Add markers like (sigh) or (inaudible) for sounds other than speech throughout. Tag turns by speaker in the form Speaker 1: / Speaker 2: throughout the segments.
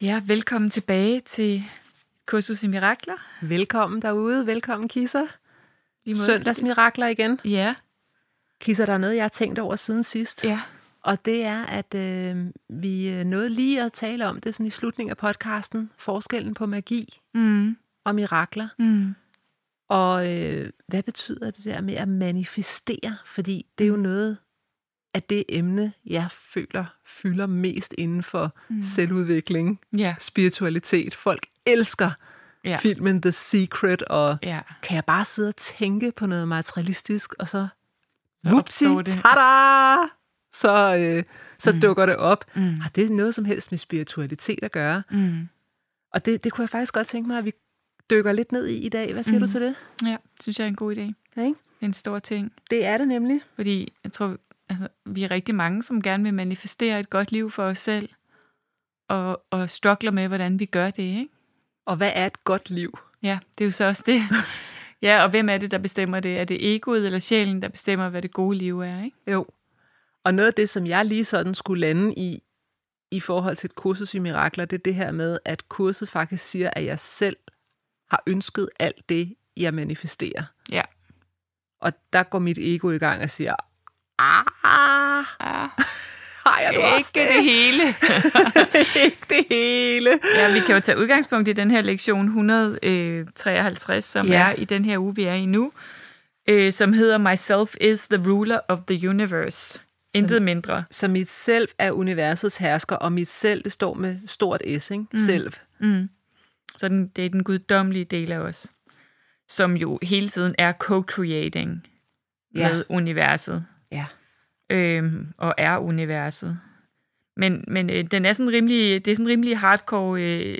Speaker 1: Ja, velkommen tilbage til kursus i mirakler.
Speaker 2: Velkommen derude. Velkommen, Kisser.
Speaker 1: Lige måde-
Speaker 2: Søndagsmirakler igen.
Speaker 1: Ja,
Speaker 2: Kisser, der er noget, jeg har tænkt over siden sidst.
Speaker 1: ja.
Speaker 2: Og det er, at øh, vi øh, nåede lige at tale om det sådan i slutningen af podcasten. Forskellen på magi
Speaker 1: Mm,
Speaker 2: og mirakler.
Speaker 1: mm,
Speaker 2: Og øh, hvad betyder det der med at manifestere? Fordi det er jo noget af det emne, jeg føler fylder mest inden for mm. selvudvikling,
Speaker 1: ja,
Speaker 2: spiritualitet. Folk elsker
Speaker 1: ja,
Speaker 2: ja. filmen The Secret, og
Speaker 1: ja.
Speaker 2: kan jeg bare sidde og tænke på noget materialistisk, og så,
Speaker 1: Så
Speaker 2: vupsi,
Speaker 1: opstår det.
Speaker 2: tada! Så, øh, så mm. dukker det op.
Speaker 1: Mm.
Speaker 2: Har det noget som helst med spiritualitet at gøre?
Speaker 1: Mm.
Speaker 2: Og det, det kunne jeg faktisk godt tænke mig, at vi dykker lidt ned i i dag. Hvad siger mm. du til det?
Speaker 1: Ja, synes jeg er en god idé. Det
Speaker 2: Ja, Ikke?
Speaker 1: er en stor ting.
Speaker 2: Det er det nemlig.
Speaker 1: Fordi jeg tror, altså, vi er rigtig mange, som gerne vil manifestere et godt liv for os selv, og, og struggler med, hvordan vi gør det, ikke?
Speaker 2: Og hvad er et godt liv?
Speaker 1: Ja, det er jo så også det. (laughs) Ja, og hvem er det, der bestemmer det? Er det egoet eller sjælen, der bestemmer, hvad det gode liv er, ikke?
Speaker 2: Jo. Og noget af det, som jeg lige sådan skulle lande i, i forhold til et kursus i mirakler, det er det her med, at kurset faktisk siger, at jeg selv har ønsket alt det, jeg manifesterer.
Speaker 1: Ja.
Speaker 2: Og der går mit ego i gang og siger, ah,
Speaker 1: Ah,
Speaker 2: har jeg nu også
Speaker 1: ikke det (laughs) hele.
Speaker 2: (laughs) ikke det hele.
Speaker 1: Ja, vi kan jo tage udgangspunkt i den her lektion 153, som
Speaker 2: Ja.
Speaker 1: ja. er i den her uge, vi er i nu, øh, som hedder Myself is the ruler of the universe. Intet mindre.
Speaker 2: Så mit selv er universets hersker, og mit selv, det står med stort S, ikke? Mm. Selv.
Speaker 1: Så den, det er den guddommelige del af os, som jo hele tiden er co-creating
Speaker 2: Ja.
Speaker 1: ja. med universet,
Speaker 2: Ja.
Speaker 1: øh, og er universet. Men, men øh, den er sådan rimelig, det er sådan en rimelig hardcore øh,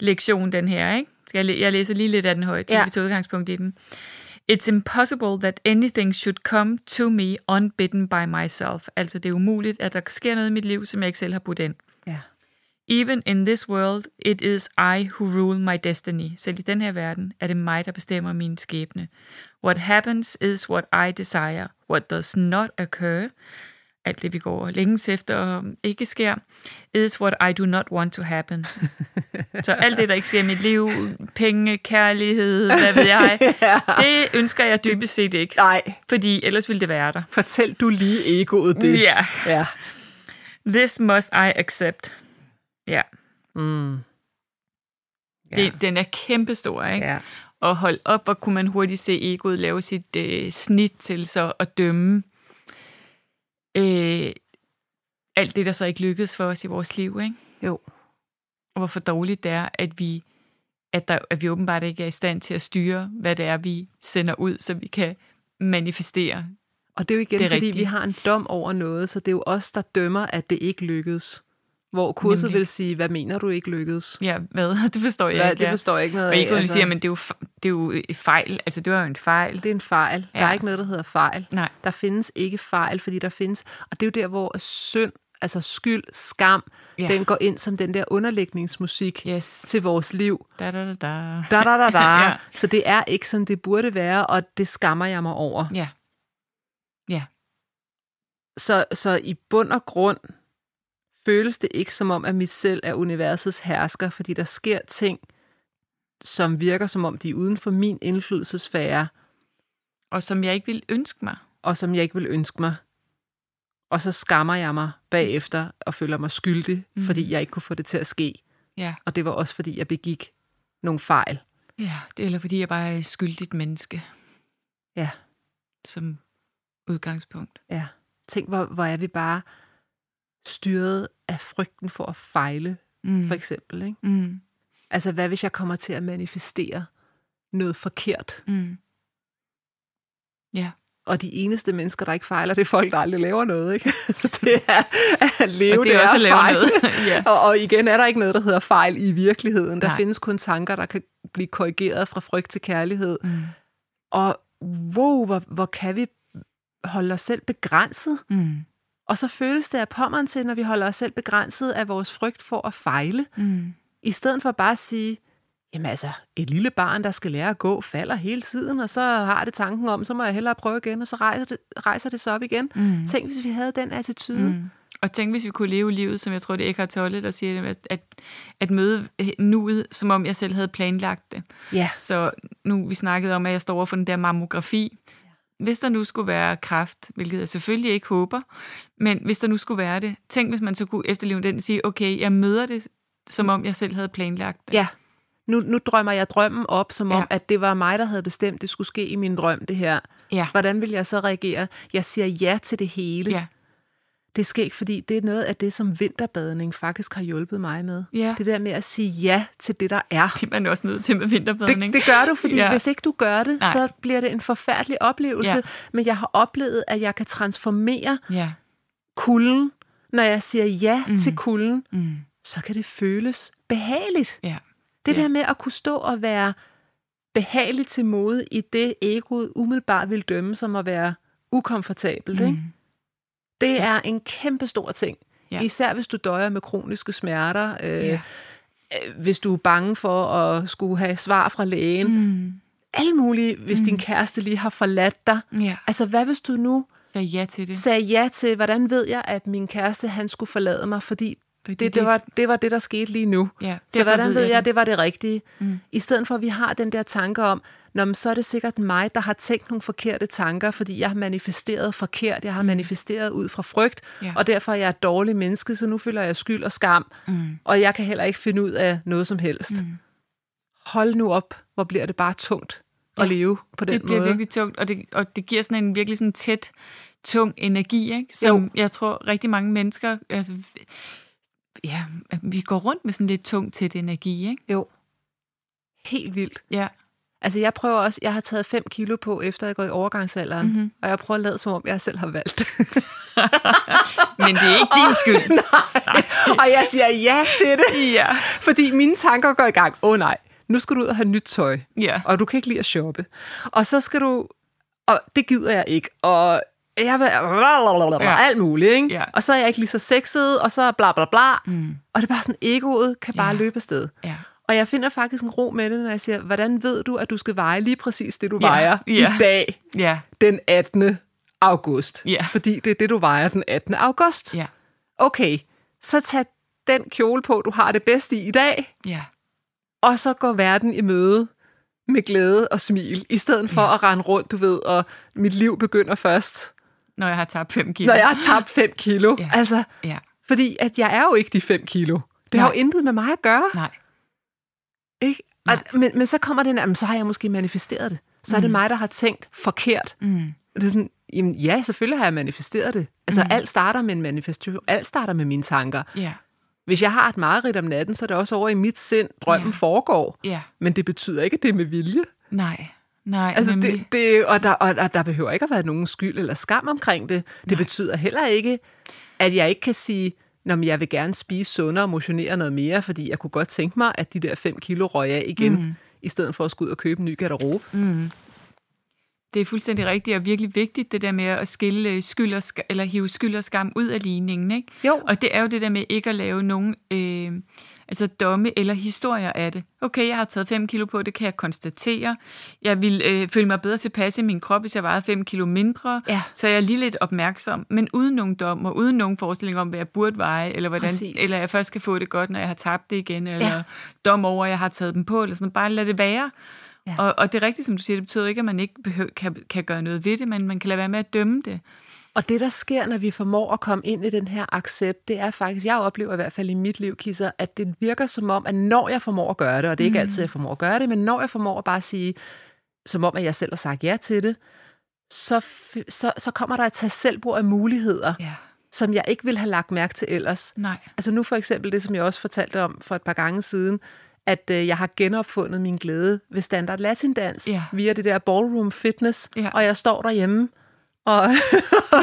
Speaker 1: lektion, den her, ikke? Skal jeg, læ- jeg læser lige lidt af den højt, til
Speaker 2: Ja.
Speaker 1: ja. vi tager udgangspunkt i den. It's impossible that anything should come to me unbidden by myself. Altså, det er umuligt, at der sker noget i mit liv, som jeg ikke selv har budt ind.
Speaker 2: ja.
Speaker 1: Even in this world, it is I who rule my destiny. Selv i den her verden er det mig, der bestemmer min skæbne. What happens is what I desire. What does not occur, alt det vi går og længes efter og ikke sker, is what I do not want to
Speaker 2: (laughs)
Speaker 1: happen. Så alt det, der ikke sker i mit liv, penge, kærlighed, hvad ved
Speaker 2: (laughs)
Speaker 1: jeg, det ønsker jeg dybest set ikke.
Speaker 2: Nej,
Speaker 1: Fordi ellers ville det være der.
Speaker 2: fortæl du lige egoet det.
Speaker 1: Ja.
Speaker 2: ja.
Speaker 1: This must I accept. Ja.
Speaker 2: Mm. Ja.
Speaker 1: Det, den er kæmpestor, ikke?
Speaker 2: Ja.
Speaker 1: Og holde op, og kunne man hurtigt se egoet lave sit øh, snit til så at dømme øh, alt det, der så ikke lykkedes for os i vores liv, ikke?
Speaker 2: Jo.
Speaker 1: Og hvorfor dårligt det er, at vi, at, der, at vi åbenbart ikke er i stand til at styre, hvad det er, vi sender ud, så vi kan manifestere.
Speaker 2: Og det er jo igen,
Speaker 1: Det
Speaker 2: det
Speaker 1: er
Speaker 2: er fordi
Speaker 1: rigtigt.
Speaker 2: vi har en dom over noget, så det er jo os, der dømmer, at det ikke lykkedes. Hvor kurset
Speaker 1: Nemlig.
Speaker 2: Nemlig. vil sige, hvad mener du ikke lykkedes?
Speaker 1: Ja, hvad? (laughs) Det forstår jeg
Speaker 2: Hvad,
Speaker 1: ikke.
Speaker 2: det forstår jeg ikke noget
Speaker 1: og egoet
Speaker 2: af.
Speaker 1: altså. siger, men det er, jo, f- det er jo øh, fejl. Altså, det var jo en fejl.
Speaker 2: Det er en fejl. Ja. Der
Speaker 1: Ja.
Speaker 2: er ikke noget, der hedder fejl.
Speaker 1: Nej.
Speaker 2: Der findes ikke fejl, fordi der findes... Og det er jo der, hvor synd, altså skyld, skam,
Speaker 1: Ja.
Speaker 2: ja. den går ind som den der underlægningsmusik
Speaker 1: Yes.
Speaker 2: til vores liv.
Speaker 1: Da, da, da, da.
Speaker 2: Da, da, da, da.
Speaker 1: (laughs) Ja.
Speaker 2: ja. Så det er ikke, som det burde være, og det skammer jeg mig over.
Speaker 1: Ja.
Speaker 2: Så, så i bund og grund føles det ikke som om, at mit selv er universets hersker, fordi der sker ting, som virker som om, de er uden for min indflydelsesfære,
Speaker 1: Og som jeg ikke ville ønske mig.
Speaker 2: og som jeg ikke vil ønske mig. Og så skammer jeg mig bagefter og føler mig skyldig, mm. fordi jeg ikke kunne få det til at ske.
Speaker 1: Ja.
Speaker 2: Og det var også, fordi jeg begik nogle fejl.
Speaker 1: Ja, det, eller fordi jeg bare er et skyldigt menneske
Speaker 2: Ja,
Speaker 1: som udgangspunkt.
Speaker 2: ja. Tænk, hvor, hvor er vi bare styret af frygten for at fejle,
Speaker 1: Mm.
Speaker 2: for eksempel. Ikke?
Speaker 1: Mm.
Speaker 2: Altså, hvad hvis jeg kommer til at manifestere noget forkert?
Speaker 1: Mm. Ja.
Speaker 2: Og de eneste mennesker, der ikke fejler, det er folk, der aldrig laver noget. Ikke? (laughs) Så det er at leve,
Speaker 1: Og det er også at lave
Speaker 2: fejle.
Speaker 1: noget. (laughs) ja.
Speaker 2: (laughs) Og, og igen er der ikke noget, der hedder fejl i virkeligheden. Der
Speaker 1: Nej.
Speaker 2: findes kun tanker, der kan blive korrigeret fra frygt til kærlighed.
Speaker 1: Mm.
Speaker 2: Og wow, hvor, hvor kan vi holde os selv begrænset?
Speaker 1: Mm.
Speaker 2: Og så føles det af pommeren til, når vi holder os selv begrænset af vores frygt for at fejle,
Speaker 1: Mm.
Speaker 2: i stedet for bare at sige, jamen altså, et lille barn, der skal lære at gå, falder hele tiden, og så har det tanken om, så må jeg hellere prøve igen, og så rejser det, rejser det sig op igen.
Speaker 1: Mm.
Speaker 2: Tænk, hvis vi havde den attitude.
Speaker 1: Mm. Og tænk, hvis vi kunne leve livet, som jeg tror, det er Eckhart Tolle, der siger det, at, at, at møde øh, nuet, som om jeg selv havde planlagt det.
Speaker 2: Ja.
Speaker 1: Så nu vi snakkede om, at jeg står over for den der mammografi. Hvis der nu skulle være kræft, hvilket jeg selvfølgelig ikke håber, men hvis der nu skulle være det, tænk, hvis man så kunne efterleve den og sige, okay, jeg møder det, som om jeg selv havde planlagt det.
Speaker 2: Ja. Nu, nu drømmer jeg drømmen op, som om,
Speaker 1: Ja.
Speaker 2: at det var mig, der havde bestemt, det skulle ske i min drøm, det her.
Speaker 1: Ja.
Speaker 2: Hvordan vil jeg så reagere? Jeg siger ja til det hele.
Speaker 1: Ja.
Speaker 2: Det sker ikke, fordi det er noget af det, som vinterbadning faktisk har hjulpet mig med.
Speaker 1: Ja.
Speaker 2: Det der med at sige ja til det, der er.
Speaker 1: Det er man også nødt til med vinterbadning.
Speaker 2: Det, det gør du, fordi ja.
Speaker 1: Ja.
Speaker 2: hvis ikke du gør det,
Speaker 1: Nej.
Speaker 2: så bliver det en forfærdelig oplevelse.
Speaker 1: Ja.
Speaker 2: Men jeg har oplevet, at jeg kan transformere
Speaker 1: Ja.
Speaker 2: kulden. Når jeg siger ja mm.
Speaker 1: Mm.
Speaker 2: til kulden,
Speaker 1: Mm.
Speaker 2: så kan det føles behageligt.
Speaker 1: Ja.
Speaker 2: Det ja.
Speaker 1: Ja.
Speaker 2: der med at kunne stå og være behagelig til mode i det, egoet umiddelbart vil dømme som at være ukomfortabelt,
Speaker 1: Mhm.
Speaker 2: mm. ikke? det er en kæmpe stor ting. Ja.
Speaker 1: Ja.
Speaker 2: Især hvis du døjer med kroniske smerter, øh,
Speaker 1: Ja.
Speaker 2: ja. hvis du er bange for at skulle have svar fra lægen, mm.
Speaker 1: Mm.
Speaker 2: alle mulige, hvis mm. din kæreste lige har forladt dig.
Speaker 1: Ja.
Speaker 2: Altså, hvad hvis du nu
Speaker 1: Så ja til det.
Speaker 2: sagde ja til, hvordan ved jeg, at min kæreste, han skulle forlade mig, fordi
Speaker 1: Fordi
Speaker 2: det, det, var, det var det, der skete lige nu.
Speaker 1: Ja,
Speaker 2: Så
Speaker 1: derfor
Speaker 2: hvordan ved jeg,
Speaker 1: det.
Speaker 2: at det var det rigtige? Mm. I stedet for, at vi har den der tanke om, Nå, men så er det sikkert mig, der har tænkt nogle forkerte tanker, fordi jeg har manifesteret forkert, jeg har mm. manifesteret ud fra frygt,
Speaker 1: Ja.
Speaker 2: og derfor er jeg et dårligt menneske, så nu føler jeg skyld og skam, mm. og jeg kan heller ikke finde ud af noget som helst. Mm. Hold nu op, hvor bliver det bare tungt at
Speaker 1: Ja.
Speaker 2: leve på den
Speaker 1: det bliver
Speaker 2: måde.
Speaker 1: virkelig tungt, og det, og det giver sådan en virkelig sådan tæt, tung energi, ikke? som
Speaker 2: Jo.
Speaker 1: jo. jeg tror rigtig mange mennesker, altså, ja, at vi går rundt med sådan lidt tung, tæt energi, ikke?
Speaker 2: Jo. Helt vildt.
Speaker 1: Ja,
Speaker 2: Altså, jeg prøver også, jeg har taget 5 kilo på, efter jeg går i overgangsalderen,
Speaker 1: Mhm.
Speaker 2: mm-hmm. og jeg prøver at lade, som om jeg selv har valgt det.
Speaker 1: (laughs) men det er ikke din skyld.
Speaker 2: Nej. og jeg siger ja til det.
Speaker 1: Ja.
Speaker 2: Fordi mine tanker går i gang. Åh oh, nej, nu skal du ud og have nyt tøj,
Speaker 1: Ja.
Speaker 2: og du kan ikke lide at shoppe. Og så skal du... Og det gider jeg ikke, og jeg vil... Ja. Alt muligt, ikke?
Speaker 1: Ja.
Speaker 2: Og så er jeg ikke lige så sexet, og så bla bla bla. Mm. Og det er bare sådan, egoet kan bare
Speaker 1: Ja.
Speaker 2: løbe afsted.
Speaker 1: Ja.
Speaker 2: Og jeg finder faktisk en ro med det, når jeg siger, hvordan ved du, at du skal veje lige præcis det, du
Speaker 1: Ja.
Speaker 2: vejer
Speaker 1: Ja.
Speaker 2: i dag,
Speaker 1: Ja.
Speaker 2: den 18. august?
Speaker 1: Ja.
Speaker 2: Fordi det er det, du vejer den 18. august
Speaker 1: Ja.
Speaker 2: okay, så tag den kjole på, du har det bedst i i dag,
Speaker 1: Ja.
Speaker 2: og så går verden i møde med glæde og smil, i stedet for at rende rundt, du ved, og mit liv begynder først,
Speaker 1: Når jeg har tabt 5 kilo.
Speaker 2: når jeg har tabt 5 kilo.
Speaker 1: Ja.
Speaker 2: Altså,
Speaker 1: Ja.
Speaker 2: fordi at jeg er jo ikke de 5 kilo. Det har jo
Speaker 1: Nej.
Speaker 2: intet med mig at gøre.
Speaker 1: Nej.
Speaker 2: Ikke? Og, men, men så kommer den, jamen, så har jeg måske manifesteret det. Så er det mig, der har tænkt forkert.
Speaker 1: Mm.
Speaker 2: Og Det er sådan, jamen, ja, selvfølgelig har jeg manifesteret det. Altså, mm. alt starter med en manifestation. Alt starter med mine tanker.
Speaker 1: Ja.
Speaker 2: Hvis jeg har et mareridt om natten, så er det også over i mit sind, drømmen ja. foregår.
Speaker 1: Ja.
Speaker 2: Men det betyder ikke, at det er med vilje.
Speaker 1: Nej. Nej,
Speaker 2: Altså,
Speaker 1: nemlig.
Speaker 2: det, det, og, der, og, og der behøver ikke at være nogen skyld eller skam omkring det. Det Nej. betyder heller ikke, at jeg ikke kan sige, Nå, men jeg vil gerne spise sundere og motionere noget mere, fordi jeg kunne godt tænke mig, at de der 5 kilo røg af igen, mm. i stedet for at skulle ud og købe en ny garderobe. Mm.
Speaker 1: det er fuldstændig rigtigt og virkelig vigtigt, det der med at skille øh, skyld og skam, eller hive skyld og skam ud af ligningen. Ikke?
Speaker 2: Jo.
Speaker 1: Og det er jo det der med ikke at lave nogen øh, altså domme eller historier af det. Okay, jeg har taget 5 kilo på, det kan jeg konstatere. Jeg vil øh, føle mig bedre tilpas i min krop, hvis jeg vejede 5 kilo mindre.
Speaker 2: Ja.
Speaker 1: Så jeg er lige lidt opmærksom, men uden nogen dom og uden nogen forestilling om, hvad jeg burde veje, eller, hvordan,
Speaker 2: Præcis.
Speaker 1: eller jeg først skal få det godt, når jeg har tabt det igen, eller ja. dom over, at jeg har taget dem på, eller sådan noget. Bare lad det være.
Speaker 2: Ja.
Speaker 1: Ja. Og, og det er rigtigt, som du siger, det betyder ikke, at man ikke behøver, kan, kan gøre noget ved det, men man kan lade være med at dømme det.
Speaker 2: Og det, der sker, når vi formår at komme ind i den her accept, det er faktisk, jeg oplever i hvert fald i mit liv, Kisser, at det virker som om, at når jeg formår at gøre det, og det er ikke altid, jeg formår at gøre det, men når jeg formår at bare sige, som om, at jeg selv har sagt ja til det, så, f- så, så kommer der et tag selvbord af muligheder,
Speaker 1: Ja.
Speaker 2: som jeg ikke ville have lagt mærke til ellers.
Speaker 1: Nej.
Speaker 2: Altså nu for eksempel det, som jeg også fortalte om for et par gange siden, at øh, jeg har genopfundet min glæde ved standard latindans
Speaker 1: Ja.
Speaker 2: via det der ballroom fitness,
Speaker 1: Ja.
Speaker 2: og jeg står derhjemme og, og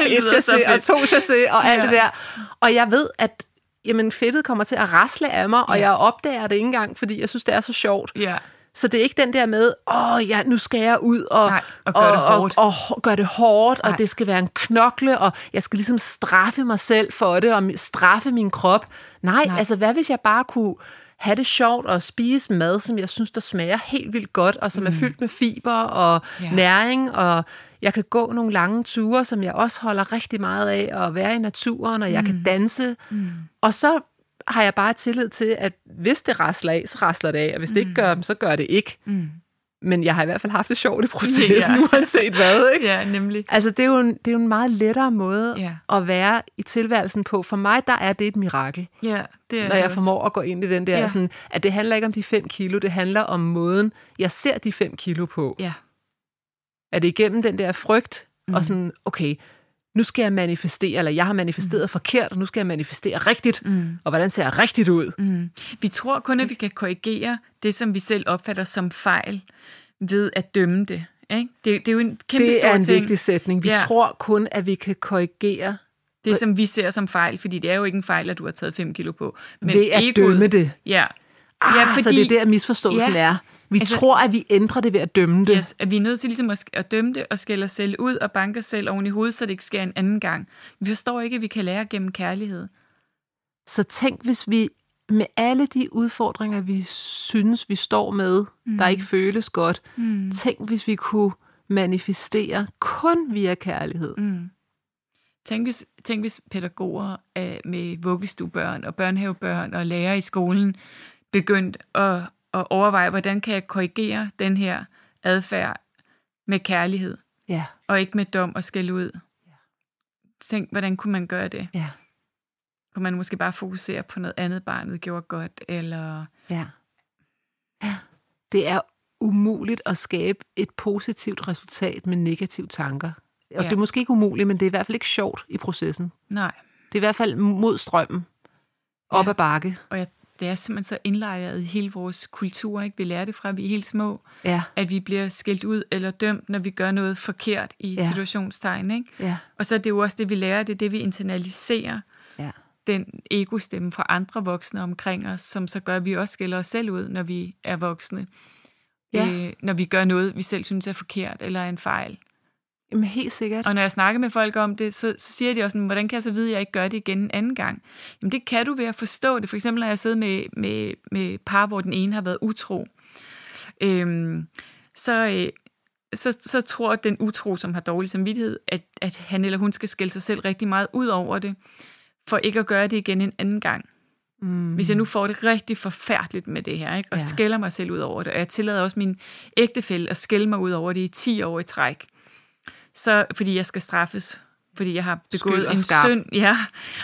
Speaker 1: (laughs) Det
Speaker 2: (laughs) et
Speaker 1: lyder så
Speaker 2: chassé og
Speaker 1: fedt.
Speaker 2: to chassé og alt
Speaker 1: Ja.
Speaker 2: det der. Og jeg ved, at jamen, fedtet kommer til at rasle af mig, og
Speaker 1: Ja.
Speaker 2: jeg opdager det ikke engang, fordi jeg synes, det er så sjovt.
Speaker 1: Ja.
Speaker 2: Så det er ikke den der med, åh ja, nu skal jeg ud og,
Speaker 1: Nej, og gøre det hårdt."
Speaker 2: Og, og, og gøre det hårdt,
Speaker 1: Nej.
Speaker 2: og det skal være en knokle, og jeg skal ligesom straffe mig selv for det, og mi- straffe min krop. Nej,
Speaker 1: Nej.
Speaker 2: Nej, altså hvad hvis jeg bare kunne have det sjovt og spise mad, som jeg synes, der smager helt vildt godt, og som mm. er fyldt med fiber og
Speaker 1: Ja.
Speaker 2: ja. næring, og jeg kan gå nogle lange ture, som jeg også holder rigtig meget af, og være i naturen, og jeg mm. kan danse. Mm. Og så har jeg bare tillid til, at hvis det rasler af, så rasler det af, og hvis det ikke gør dem, så gør det ikke.
Speaker 1: Mm.
Speaker 2: Men jeg har i hvert fald haft det sjovt i processen,
Speaker 1: (laughs) Ja.
Speaker 2: ja. uanset hvad.
Speaker 1: (laughs)
Speaker 2: Ikke?
Speaker 1: Ja, nemlig.
Speaker 2: Altså, det er, jo en, det er jo en meget lettere måde
Speaker 1: Ja.
Speaker 2: at være i tilværelsen på. For mig, der er det et mirakel,
Speaker 1: Ja, det er
Speaker 2: når
Speaker 1: det
Speaker 2: jeg
Speaker 1: også.
Speaker 2: formår at gå ind i den der,
Speaker 1: Ja.
Speaker 2: ja. sådan, at det handler ikke om de 5 kilo, det handler om måden, jeg ser de 5 kilo på.
Speaker 1: Ja.
Speaker 2: Er det igennem den der frygt, mm. og sådan, okay, nu skal jeg manifestere, eller jeg har manifesteret mm. forkert, og nu skal jeg manifestere rigtigt, mm. og hvordan ser jeg rigtigt ud?
Speaker 1: Mm. Vi tror kun, at vi kan korrigere det, som vi selv opfatter som fejl, ved at dømme det. Ikke? Det, det er jo en kæmpe
Speaker 2: Det
Speaker 1: stor
Speaker 2: er en
Speaker 1: ting,
Speaker 2: vigtig sætning. Vi
Speaker 1: Ja.
Speaker 2: ja. tror kun, at vi kan korrigere
Speaker 1: det som vi ser som fejl, fordi det er jo ikke en fejl, at du har taget 5 kilo på. Men
Speaker 2: ved at dømme det.
Speaker 1: Ja.
Speaker 2: Ah,
Speaker 1: ja, fordi
Speaker 2: så det er der misforståelsen
Speaker 1: Ja.
Speaker 2: ja. er. Vi
Speaker 1: Altså-
Speaker 2: altså, tror, at vi ændrer det ved at dømme det. Yes.
Speaker 1: Yes, at vi er nødt til ligesom at, sk- at dømme det og skælde os selv ud og banke os selv oven i hovedet, så det ikke sker en anden gang. Vi forstår ikke, at vi kan lære gennem kærlighed.
Speaker 2: Så tænk, hvis vi med alle de udfordringer, vi synes, vi står med, mm. der ikke føles godt, mm. tænk, hvis vi kunne manifestere kun via kærlighed. Mm.
Speaker 1: Tænk hvis, tænk hvis pædagoger øh, med vuggestuebørn og børnehavebørn og lærere i skolen begyndte at, at overveje, hvordan kan jeg korrigere den her adfærd med kærlighed
Speaker 2: Ja,
Speaker 1: og ikke med dom og skælde ud. Tænk, hvordan kunne man gøre det?
Speaker 2: ja,
Speaker 1: Kunne man måske bare fokusere på noget andet, barnet gjorde godt, eller...
Speaker 2: ja. ja. Det er umuligt at skabe et positivt resultat med negative tanker. Og
Speaker 1: Ja.
Speaker 2: det er måske ikke umuligt, men det er i hvert fald ikke sjovt i processen.
Speaker 1: Nej.
Speaker 2: Det er i hvert fald mod strømmen. Op
Speaker 1: Ja.
Speaker 2: ja. ad bakke.
Speaker 1: Og jeg, det er simpelthen så indlejret i hele vores kultur, ikke? Vi lærer det fra, at vi er helt små,
Speaker 2: Ja,
Speaker 1: at vi bliver skældt ud eller dømt, når vi gør noget forkert i ja.
Speaker 2: Ja.
Speaker 1: situationstegn, ikke?
Speaker 2: ja,
Speaker 1: Og så er det jo også det, vi lærer, det er det, vi internaliserer,
Speaker 2: ja.
Speaker 1: den egostemme fra andre voksne omkring os, som så gør, at vi også skiller os selv ud, når vi er voksne.
Speaker 2: Ja.
Speaker 1: Øh, når vi gør noget, vi selv synes er forkert eller er en fejl.
Speaker 2: Jamen helt sikkert.
Speaker 1: Og når jeg snakker med folk om det, så, så siger de også sådan, hvordan kan jeg så vide, at jeg ikke gør det igen en anden gang? Jamen det kan du ved at forstå det. For eksempel når jeg sidder med, med, med par, hvor den ene har været utro, øhm, så, øh, så, så tror den utro, som har dårlig samvittighed, at, at han eller hun skal skælde sig selv rigtig meget ud over det, for ikke at gøre det igen en anden gang.
Speaker 2: Mm.
Speaker 1: Hvis jeg nu får det rigtig forfærdeligt med det her, ikke? og ja.
Speaker 2: Ja.
Speaker 1: skælder mig selv ud over det, og jeg tillader også min ægtefælle at skælde mig ud over det i 10 år i træk, så fordi jeg skal straffes, fordi jeg har begået
Speaker 2: og
Speaker 1: en
Speaker 2: skam.
Speaker 1: synd. Ja,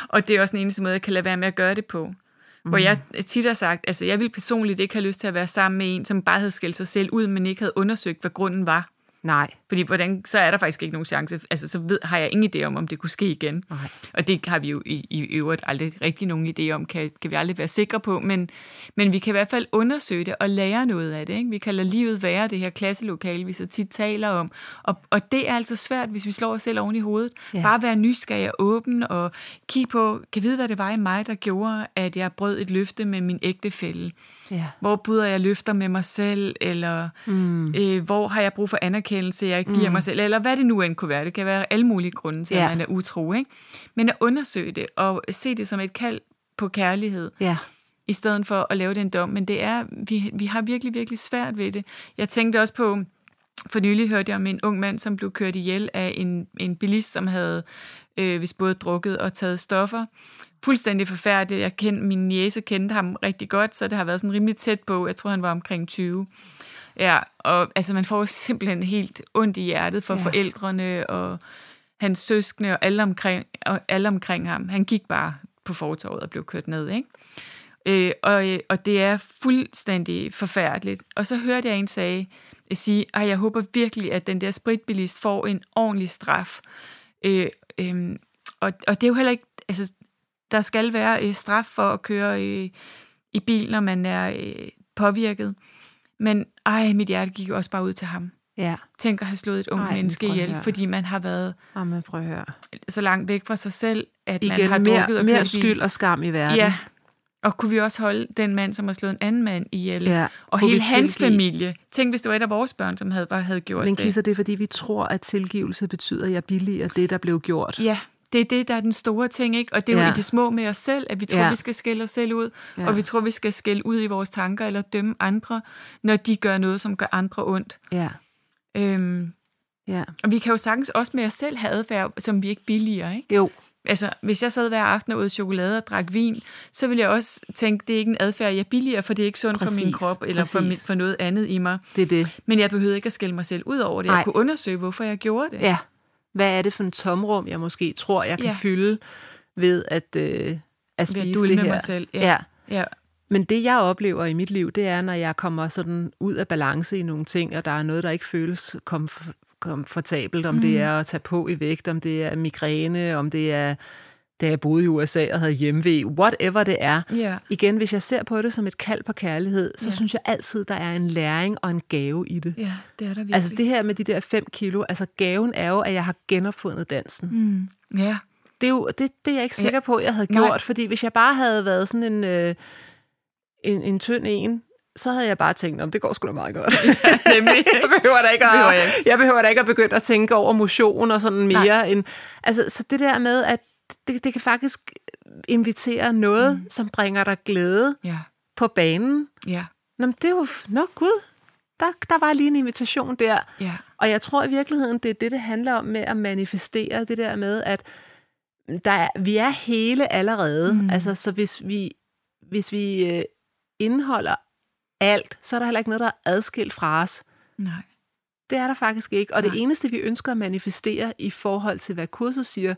Speaker 1: og det er også den eneste måde, jeg kan lade være med at gøre det på. Hvor jeg tit har sagt, altså jeg ville personligt ikke have lyst til at være sammen med en, som bare havde skældt sig selv ud, men ikke havde undersøgt, hvad grunden var.
Speaker 2: Nej.
Speaker 1: Fordi hvordan, så er der faktisk ikke nogen chance. Altså, så ved, har jeg ingen idé om, om det kunne ske igen.
Speaker 2: Nej.
Speaker 1: Og det har vi jo i, i øvrigt aldrig rigtig nogen idé om, kan, kan vi aldrig være sikre på. Men, men vi kan i hvert fald undersøge det og lære noget af det. Ikke? Vi kan lade livet være det her klasselokale, vi så tit taler om. Og, og det er altså svært, hvis vi slår os selv oven i hovedet. Ja.
Speaker 2: Ja.
Speaker 1: Bare være nysgerrig og åben og kigge på, kan vide, hvad det var i mig, der gjorde, at jeg brød et løfte med min ægtefælle
Speaker 2: Ja.
Speaker 1: hvor bryder jeg løfter med mig selv, eller mm. øh, hvor har jeg brug for anerkendelse, jeg ikke giver mm. mig selv, eller hvad det nu end kunne være. Det kan være alle mulige grunde til, at
Speaker 2: Ja.
Speaker 1: man er utro. Ikke? Men at undersøge det, og se det som et kald på kærlighed,
Speaker 2: Ja.
Speaker 1: i stedet for at lave den dom. Men det er, vi, vi har virkelig, virkelig svært ved det. Jeg tænkte også på, for nylig hørte jeg om en ung mand, som blev kørt ihjel af en, en bilist, som havde øh, vist både drukket og taget stoffer. Fuldstændig forfærdeligt. Jeg kendte, min niece kendte ham rigtig godt, så det har været sådan rimelig tæt på. Jeg tror, han var omkring 20. Ja, og altså, man får jo simpelthen helt ondt i hjertet for ja.
Speaker 2: Ja.
Speaker 1: forældrene, og hans søskende og alle omkring, og alle omkring ham. Han gik bare på fortorvet og blev kørt ned, ikke? Øh, og, øh, og det er fuldstændig forfærdeligt. Og så hørte jeg en sag, øh, sige, at jeg håber virkelig, at den der spritbilist får en ordentlig straf. Øh, øh, og, og det er jo heller ikke... Altså, der skal være øh, straf for at køre øh, i bil, når man er øh, påvirket. Men ej, mit hjerte gik jo også bare ud til ham.
Speaker 2: Ja.
Speaker 1: Tænk at have slået et ungt
Speaker 2: Ej, men
Speaker 1: menneske
Speaker 2: prøv at
Speaker 1: ihjel,
Speaker 2: høre.
Speaker 1: fordi man har været
Speaker 2: Jamen, prøv at høre.
Speaker 1: så langt væk fra sig selv, at man har
Speaker 2: Igen,
Speaker 1: drukket
Speaker 2: mere,
Speaker 1: og
Speaker 2: mere
Speaker 1: kørt bil.
Speaker 2: skyld og skam i verden.
Speaker 1: Ja, og kunne vi også holde den mand, som har slået en anden mand ihjel?
Speaker 2: Ja.
Speaker 1: Og
Speaker 2: Kunne vi
Speaker 1: hele hans
Speaker 2: tilgive-
Speaker 1: familie. Tænk, hvis det var et af vores børn, som havde, bare havde gjort
Speaker 2: Men
Speaker 1: det.
Speaker 2: Kisser, det er fordi, vi tror, at tilgivelse betyder, at jeg billiger det, der blev gjort.
Speaker 1: Ja, det er det, der er den store ting, ikke? Og det er jo
Speaker 2: Ja.
Speaker 1: i det små med os selv, at vi tror,
Speaker 2: Ja.
Speaker 1: vi skal skælde os selv ud,
Speaker 2: Ja.
Speaker 1: og vi tror, vi skal skælde ud i vores tanker eller dømme andre, når de gør noget, som gør andre ondt.
Speaker 2: Ja.
Speaker 1: Øhm,
Speaker 2: ja.
Speaker 1: og vi kan jo sagtens også med os selv have adfærd, som vi ikke billiger, ikke?
Speaker 2: Jo,
Speaker 1: Altså, hvis jeg sad hver aften og åd chokolade og drak vin, så ville jeg også tænke, det er ikke en adfærd, jeg billiger, for det er ikke sundt for min
Speaker 2: Præcis,
Speaker 1: krop eller for,
Speaker 2: præcis.
Speaker 1: mit, for noget andet i mig.
Speaker 2: det er det.
Speaker 1: Men jeg behøvede ikke at skælde mig selv ud over det. Jeg
Speaker 2: Nej.
Speaker 1: kunne undersøge, hvorfor jeg gjorde det.
Speaker 2: Ja. Hvad er det for en tomrum, jeg måske tror, jeg kan
Speaker 1: Ja.
Speaker 2: ja. fylde ved at, øh, at
Speaker 1: Ved at
Speaker 2: spise
Speaker 1: dulme
Speaker 2: det
Speaker 1: mig
Speaker 2: her?
Speaker 1: selv, ja.
Speaker 2: ja.
Speaker 1: ja.
Speaker 2: Men det, jeg oplever i mit liv, det er, når jeg kommer sådan ud af balance i nogle ting, og der er noget, der ikke føles komf- komfortabelt, om mm.
Speaker 1: Mhm.
Speaker 2: det er at tage på i vægt, om det er migræne, om det er, da jeg boede i USA og havde hjemvej, whatever det er.
Speaker 1: Ja.
Speaker 2: Igen, hvis jeg ser på det som et kald på kærlighed, så
Speaker 1: Ja.
Speaker 2: ja. synes jeg altid, der er en læring og en gave i det.
Speaker 1: ja, det er der virkelig.
Speaker 2: Altså det her med de der 5 kilo, altså gaven er jo, at jeg har genopfundet dansen. Mm.
Speaker 1: Ja, (laughs)
Speaker 2: Det, er jo, det, det er jeg ikke
Speaker 1: Ja.
Speaker 2: sikker på, at jeg havde
Speaker 1: Nej.
Speaker 2: gjort, fordi hvis jeg bare havde været sådan en, øh, en, en tynd en, så havde jeg bare tænkt, om det går sgu da meget
Speaker 1: (laughs)
Speaker 2: godt.
Speaker 1: nemlig.
Speaker 2: jeg, behøver da ikke at,
Speaker 1: Behøver
Speaker 2: behøver
Speaker 1: jeg
Speaker 2: jeg. jeg behøver da ikke at begynde at tænke over motion og sådan mere. End, altså, så det der med, at det, det kan faktisk invitere noget, mm. som bringer dig glæde
Speaker 1: ja,
Speaker 2: på banen.
Speaker 1: ja,
Speaker 2: Nå, men det er jo... f- Nå, gud. Der, der var lige en invitation der.
Speaker 1: ja.
Speaker 2: Og jeg tror i virkeligheden, det er det, det handler om med at manifestere det der med, at der er, vi er hele allerede. Mm. Altså, så hvis vi, hvis vi øh, indeholder alt, så er der heller ikke noget, der er adskilt fra os.
Speaker 1: Nej.
Speaker 2: Det er der faktisk ikke. Og Nej.
Speaker 1: Nej.
Speaker 2: det eneste, vi ønsker at manifestere i forhold til, hvad kurset siger,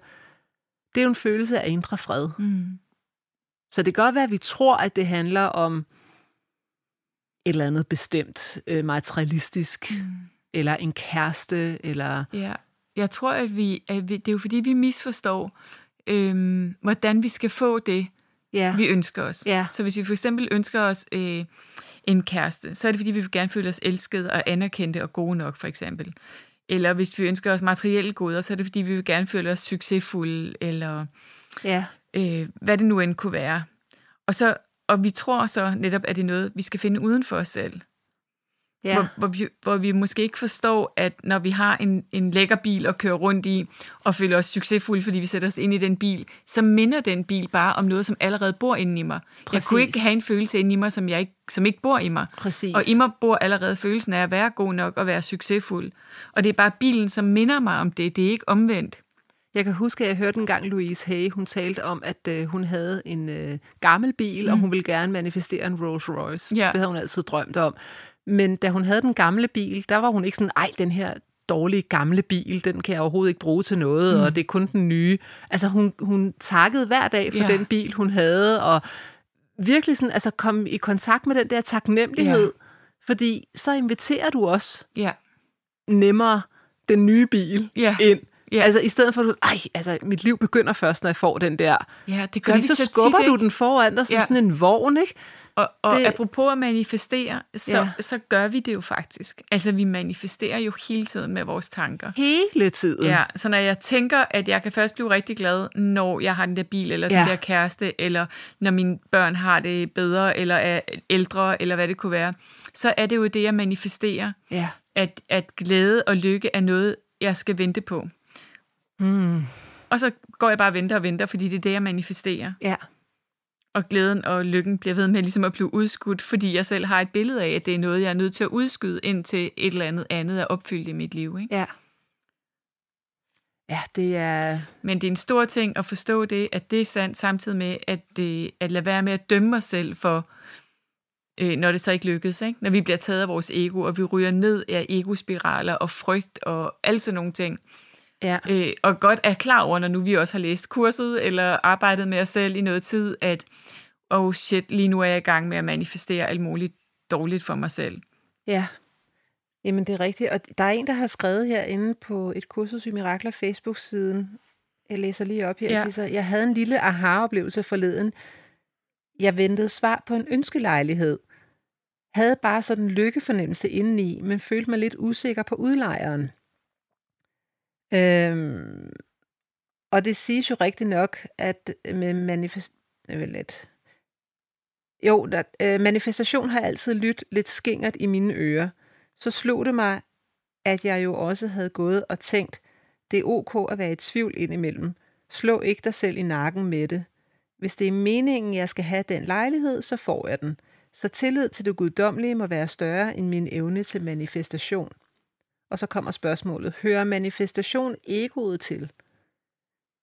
Speaker 2: det er jo en følelse af indre fred.
Speaker 1: Mm.
Speaker 2: Så det kan godt være, at vi tror, at det handler om et eller andet bestemt øh, materialistisk, mm. eller en kæreste, eller...
Speaker 1: Ja. Jeg tror, at vi, at vi det er jo fordi, vi misforstår, øhm, hvordan vi skal få det,
Speaker 2: Ja,
Speaker 1: vi ønsker os.
Speaker 2: Ja.
Speaker 1: Så hvis vi for eksempel ønsker os øh, en kæreste, så er det fordi, vi vil gerne føle os elskede og anerkendte og gode nok, for eksempel. Eller hvis vi ønsker os materielle goder, så er det fordi, vi vil gerne føle os succesfulde, eller
Speaker 2: ja.
Speaker 1: øh, hvad det nu end kunne være. Og, så, og vi tror så netop, at det er noget, vi skal finde uden for os selv. ja. hvor, hvor, vi, hvor vi måske ikke forstår, at når vi har en, en lækker bil at køre rundt i, og føler os succesfulde, fordi vi sætter os ind i den bil, så minder den bil bare om noget, som allerede bor inde i mig. Jeg kunne
Speaker 2: Præcis.
Speaker 1: ikke have en følelse inde i mig, som, jeg ikke, som ikke bor i mig.
Speaker 2: Præcis.
Speaker 1: Og i mig bor allerede følelsen af at være god nok og være succesfuld. Og det er bare bilen, som minder mig om det. Det er ikke omvendt.
Speaker 2: Jeg kan huske, at jeg hørte en gang Louise Hay, hun talte om, at øh, hun havde en øh, gammel bil, mm. og hun ville gerne manifestere en Rolls Royce.
Speaker 1: Ja.
Speaker 2: Det havde hun altid drømt om. Men da hun havde den gamle bil, der var hun ikke sådan, ej, den her dårlige gamle bil, den kan jeg overhovedet ikke bruge til noget, mm. og det er kun den nye. Altså hun, hun takkede hver dag for
Speaker 1: Ja.
Speaker 2: ja. den bil, hun havde, og virkelig sådan, altså kom i kontakt med den der taknemmelighed, ja. fordi så inviterer du også
Speaker 1: Ja.
Speaker 2: nemmere den nye bil
Speaker 1: Ja.
Speaker 2: ind.
Speaker 1: Ja.
Speaker 2: Ja. Altså i stedet for, at du, ej, altså mit liv begynder først, når jeg får den der.
Speaker 1: Ja, det gør
Speaker 2: Fordi
Speaker 1: vi
Speaker 2: så,
Speaker 1: så tit,
Speaker 2: skubber
Speaker 1: ikke?
Speaker 2: du den foran dig som
Speaker 1: Ja.
Speaker 2: ja. sådan en vogn, ikke?
Speaker 1: Og, og det...
Speaker 2: Det-
Speaker 1: apropos at manifestere, så, ja.
Speaker 2: Ja.
Speaker 1: så gør vi det jo faktisk. Altså, vi manifesterer jo hele tiden med vores tanker.
Speaker 2: Hele tiden.
Speaker 1: Ja, så når jeg tænker, at jeg kan først blive rigtig glad, når jeg har den der bil, eller ja.
Speaker 2: Ja.
Speaker 1: den der kæreste, eller når mine børn har det bedre, eller er ældre, eller hvad det kunne være, så er det jo det, jeg manifesterer.
Speaker 2: Ja.
Speaker 1: At, at glæde og lykke er noget, jeg skal vente på. Mm. Hmm. Og så går jeg bare og venter og venter, fordi det er det, jeg manifesterer.
Speaker 2: ja.
Speaker 1: Og glæden og lykken bliver ved med ligesom at blive udskudt, fordi jeg selv har et billede af, at det er noget, jeg er nødt til at udskyde, indtil et eller andet andet er opfyldt i mit liv. Ikke?
Speaker 2: Ja. Ja, det er...
Speaker 1: Men det er en stor ting at forstå det, at det er sandt, samtidig med at, det, at lade være med at dømme mig selv for, øh, når det så ikke lykkes. Ikke? Når vi bliver taget af vores ego, og vi ryger ned af egospiraler og frygt og alle sådan nogle ting. Ja. Øh, og godt er klar over, når nu vi også har læst kurset, eller arbejdet med os selv i noget tid, at oh shit, lige nu er jeg i gang med at manifestere alt muligt dårligt for mig selv.
Speaker 2: Ja, jamen det er rigtigt. Og der er en, der har skrevet herinde på et kursus i Mirakler Facebook-siden. Jeg læser lige op her. Ja. Lisa. Jeg havde en lille aha-oplevelse forleden. Jeg ventede svar på en ønskelejlighed. Havde bare sådan en lykkefornemmelse indeni, men følte mig lidt usikker på udlejeren. Øhm, og det siges jo rigtigt nok, at med manifest... Lidt. Jo, der, øh, manifestation har altid lyttet lidt skingert i mine ører. Så slog det mig, at jeg jo også havde gået og tænkt, det er ok at være i tvivl indimellem. Slå ikke dig selv i nakken med det. Hvis det er meningen, jeg skal have den lejlighed, så får jeg den. Så tillid til det guddommelige må være større end min evne til manifestation. Og så kommer spørgsmålet, hører manifestation egoet til?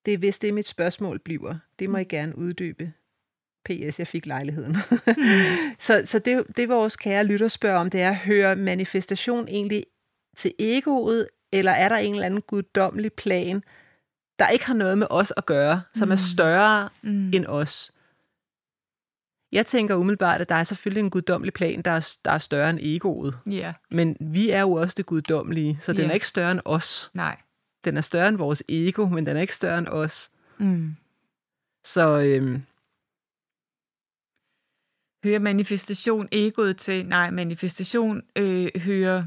Speaker 2: Det er hvis det er mit spørgsmål bliver. Det må I gerne uddybe. P.S. Jeg fik lejligheden. (laughs) så så det, det vores kære lytter spørger om, det er, hører manifestation egentlig til egoet, eller er der en eller anden guddommelig plan, der ikke har noget med os at gøre, som mm. er større mm. end os? Jeg tænker umiddelbart, at der er selvfølgelig en guddommelig plan, der er, der er større end egoet.
Speaker 1: Yeah.
Speaker 2: Men vi er jo også det guddommelige, så den yeah. er ikke større end os.
Speaker 1: Nej.
Speaker 2: Den er større end vores ego, men den er ikke større end os. Mm. Så øhm,
Speaker 1: hører manifestation egoet til? Nej, manifestation øh, hører,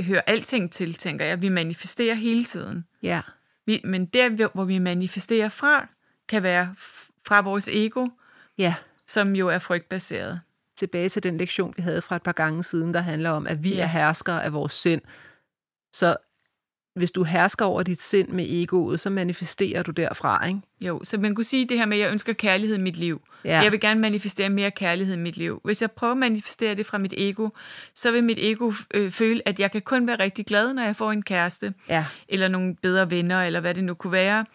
Speaker 1: hører alting til, tænker jeg. Vi manifesterer hele tiden.
Speaker 2: Ja.
Speaker 1: Vi, men der, hvor vi manifesterer fra, kan være fra vores ego,
Speaker 2: ja.
Speaker 1: som jo er frygtbaseret.
Speaker 2: Tilbage til den lektion, vi havde fra et par gange siden, der handler om, at vi ja. er herskere af vores sind. Så hvis du hersker over dit sind med egoet, så manifesterer du derfra, ikke?
Speaker 1: Jo, så man kunne sige det her med, at jeg ønsker kærlighed i mit liv.
Speaker 2: Ja.
Speaker 1: Jeg vil gerne manifestere mere kærlighed i mit liv. Hvis jeg prøver at manifestere det fra mit ego, så vil mit ego øh, føle, at jeg kan kun være rigtig glad, når jeg får en kæreste,
Speaker 2: ja.
Speaker 1: eller nogle bedre venner, eller hvad det nu kunne være.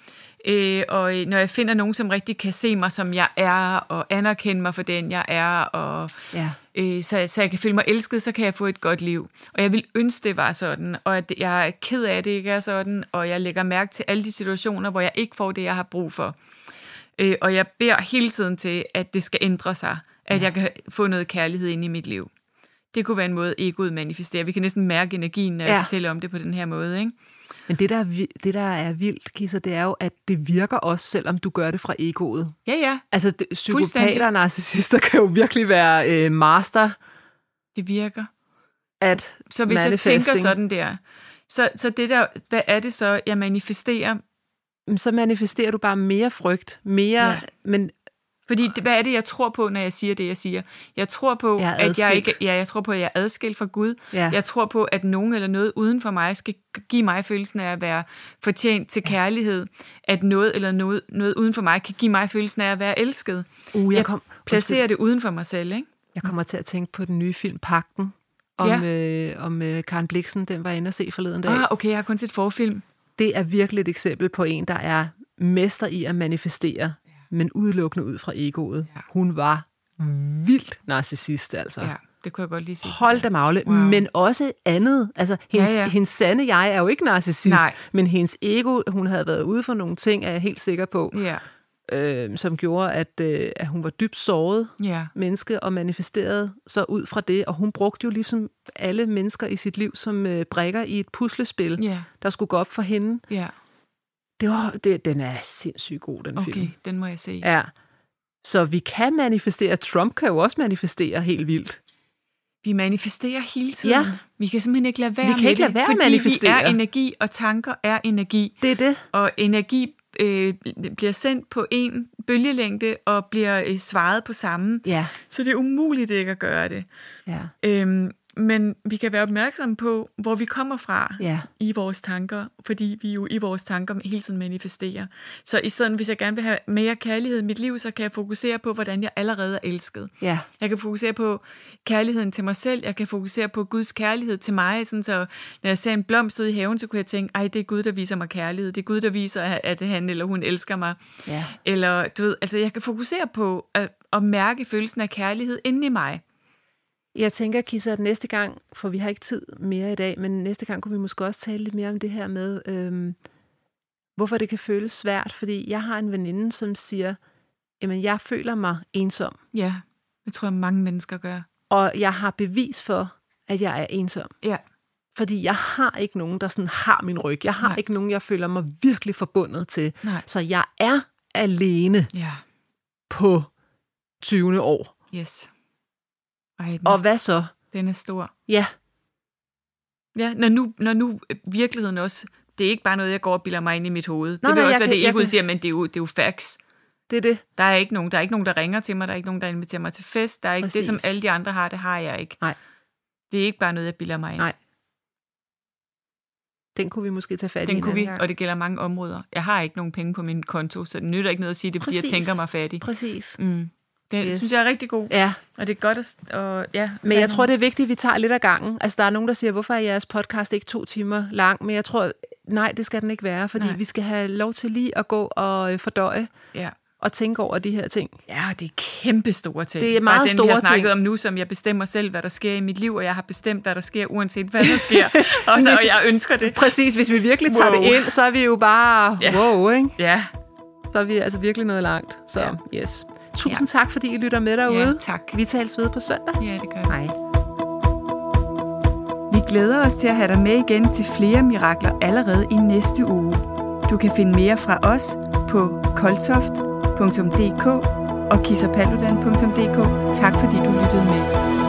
Speaker 1: Øh, og når jeg finder nogen, som rigtig kan se mig, som jeg er, og anerkende mig for den, jeg er, og
Speaker 2: ja.
Speaker 1: øh, så, så jeg kan føle mig elsket, så kan jeg få et godt liv. Og jeg vil ønske, det var sådan, og at jeg er ked af, at det ikke er sådan, og jeg lægger mærke til alle de situationer, hvor jeg ikke får det, jeg har brug for. Øh, og jeg beder hele tiden til, at det skal ændre sig, at ja. jeg kan få noget kærlighed ind i mit liv. Det kunne være en måde, egoet manifesterer. Vi kan næsten mærke energien, når ja. jeg fortæller om det på den her måde, ikke?
Speaker 2: Men det der, er, det, der er vildt, Kisser, det er jo, at det virker også, selvom du gør det fra egoet.
Speaker 1: Ja, ja.
Speaker 2: Altså, det, psykopater og narcissister (laughs) kan jo virkelig være øh, master.
Speaker 1: Det virker.
Speaker 2: At
Speaker 1: Så hvis jeg tænker sådan der, så, så det der, hvad er det så, jeg manifesterer?
Speaker 2: Så manifesterer du bare mere frygt, mere, ja. men
Speaker 1: fordi det, hvad er det, jeg tror på, når jeg siger det, jeg siger? Jeg tror på,
Speaker 2: jeg
Speaker 1: at jeg ikke, ja, jeg tror på, at jeg er adskilt fra Gud.
Speaker 2: Ja.
Speaker 1: Jeg tror på, at nogen eller noget uden for mig skal give mig følelsen af at være fortjent til kærlighed. At noget eller noget, noget uden for mig kan give mig følelsen af at være elsket.
Speaker 2: Uh, jeg, kom,
Speaker 1: jeg placerer det uden for mig selv, ikke?
Speaker 2: Jeg kommer til at tænke på den nye film Pakten om, ja. øh, om øh, Karen Bliksen. Den var inde og se forleden dag.
Speaker 1: Ah, okay, jeg har kun set forfilm.
Speaker 2: Det er virkelig et eksempel på en, der er mester i at manifestere men udelukkende ud fra egoet. Ja. Hun var vildt narcissist, altså.
Speaker 1: Ja, det kunne jeg godt lige sige.
Speaker 2: Hold da magle, wow. men også andet. Altså, hendes, ja, ja. hendes sande jeg er jo ikke narcissist,
Speaker 1: Nej.
Speaker 2: men hendes ego, hun havde været ude for nogle ting, er jeg helt sikker på,
Speaker 1: ja.
Speaker 2: øh, som gjorde, at, øh, at hun var dybt såret
Speaker 1: ja.
Speaker 2: menneske, og manifesterede så ud fra det, og hun brugte jo ligesom alle mennesker i sit liv som øh, brækker i et puslespil,
Speaker 1: ja.
Speaker 2: der skulle gå op for hende.
Speaker 1: Ja
Speaker 2: det var, det, den er sindssygt god, den
Speaker 1: okay,
Speaker 2: film.
Speaker 1: Okay, den må jeg se.
Speaker 2: Ja. Så vi kan manifestere. Trump kan jo også manifestere helt vildt.
Speaker 1: Vi manifesterer hele tiden.
Speaker 2: Ja.
Speaker 1: Vi kan simpelthen ikke lade være
Speaker 2: vi kan
Speaker 1: med
Speaker 2: ikke lade være
Speaker 1: det,
Speaker 2: med at manifestere.
Speaker 1: vi er energi, og tanker er energi.
Speaker 2: Det er det.
Speaker 1: Og energi øh, bliver sendt på en bølgelængde og bliver øh, svaret på samme.
Speaker 2: Ja.
Speaker 1: Så det er umuligt ikke at gøre det.
Speaker 2: Ja.
Speaker 1: Øhm, men vi kan være opmærksomme på, hvor vi kommer fra
Speaker 2: Ja.
Speaker 1: i vores tanker, fordi vi jo i vores tanker hele tiden manifesterer. Så i stedet, hvis jeg gerne vil have mere kærlighed i mit liv, så kan jeg fokusere på, hvordan jeg allerede er elsket.
Speaker 2: Ja.
Speaker 1: Jeg kan fokusere på kærligheden til mig selv, jeg kan fokusere på Guds kærlighed til mig, sådan så når jeg ser en blomst ude i haven, så kunne jeg tænke, ej, det er Gud, der viser mig kærlighed, det er Gud, der viser, at han eller hun elsker mig.
Speaker 2: Ja.
Speaker 1: Eller, du ved, altså jeg kan fokusere på at, at mærke følelsen af kærlighed inde i mig.
Speaker 2: Jeg tænker, Kissa, at næste gang, for vi har ikke tid mere i dag, men næste gang kunne vi måske også tale lidt mere om det her med, øhm, hvorfor det kan føles svært. Fordi jeg har en veninde, som siger, jamen jeg føler mig ensom,
Speaker 1: Ja, det tror jeg, mange mennesker gør.
Speaker 2: og jeg har bevis for, at jeg er ensom.
Speaker 1: Ja.
Speaker 2: Fordi jeg har ikke nogen, der sådan har min ryg. Jeg har
Speaker 1: Nej.
Speaker 2: Nej. ikke nogen, jeg føler mig virkelig forbundet til.
Speaker 1: Nej.
Speaker 2: Så jeg er alene
Speaker 1: Ja.
Speaker 2: på 20. år.
Speaker 1: Yes. Ej, den,
Speaker 2: Og
Speaker 1: er,
Speaker 2: hvad så?
Speaker 1: den er stor.
Speaker 2: Ja,
Speaker 1: Ja, når nu, når nu virkeligheden også... Det er ikke bare noget, jeg går og bilder mig ind i mit hoved.
Speaker 2: Nå,
Speaker 1: det vil
Speaker 2: nej,
Speaker 1: også
Speaker 2: jeg
Speaker 1: være,
Speaker 2: kan-
Speaker 1: det
Speaker 2: jeg
Speaker 1: ikke
Speaker 2: kan-
Speaker 1: udsiger, men det er jo, det er jo facts.
Speaker 2: det er det.
Speaker 1: Der er, ikke nogen, der er ikke nogen, der ringer til mig. Der er ikke nogen, der inviterer mig til fest. Der er ikke Præcis. det, som
Speaker 2: Præcis.
Speaker 1: alle de andre har. Det har jeg ikke.
Speaker 2: Nej.
Speaker 1: Det er ikke bare noget, jeg bilder mig ind.
Speaker 2: Nej, Den kunne vi måske tage fat i.
Speaker 1: Den
Speaker 2: en
Speaker 1: kunne vi,
Speaker 2: anden gang.
Speaker 1: og det gælder mange områder. Jeg har ikke nogen penge på min konto, så det nytter ikke noget at sige det, fordi jeg
Speaker 2: Præcis.
Speaker 1: tænker mig fattig.
Speaker 2: Præcis.
Speaker 1: Mm. Det yes.
Speaker 2: Yes.
Speaker 1: synes jeg er rigtig god.
Speaker 2: Ja,
Speaker 1: Og det er godt at... Og, ja,
Speaker 2: men jeg tror, det er vigtigt, at vi tager lidt af gangen. Altså, der er nogen, der siger, hvorfor er jeres podcast ikke to timer lang? Men jeg tror, nej, det skal den ikke være, fordi
Speaker 1: Nej.
Speaker 2: nej. vi skal have lov til lige at gå og øh, fordøje
Speaker 1: Ja.
Speaker 2: og tænke over de her ting.
Speaker 1: ja, og det er kæmpe store ting.
Speaker 2: Det er
Speaker 1: Bare
Speaker 2: meget
Speaker 1: den, vi
Speaker 2: store
Speaker 1: har snakket
Speaker 2: ting.
Speaker 1: om nu, som jeg bestemmer selv, hvad der sker i mit liv, og jeg har bestemt, hvad der sker, uanset hvad der
Speaker 2: (laughs)
Speaker 1: sker. og, så, og jeg ønsker det.
Speaker 2: Præcis, hvis vi virkelig tager
Speaker 1: Wow.
Speaker 2: det ind, så er vi jo bare,
Speaker 1: Ja.
Speaker 2: wow, ikke?
Speaker 1: Ja,
Speaker 2: Så er vi altså virkelig noget langt. Så ja. yes. Tusind ja. tak, fordi I lytter med derude.
Speaker 1: ja tak.
Speaker 2: Vi tales ved på søndag.
Speaker 1: Ja, det gør jeg.
Speaker 2: Hej.
Speaker 1: Vi glæder os til at have dig med igen til flere mirakler allerede i næste uge. Du kan finde mere fra os på koltoft.dk og kissapaludan.dk. Tak fordi du lyttede med.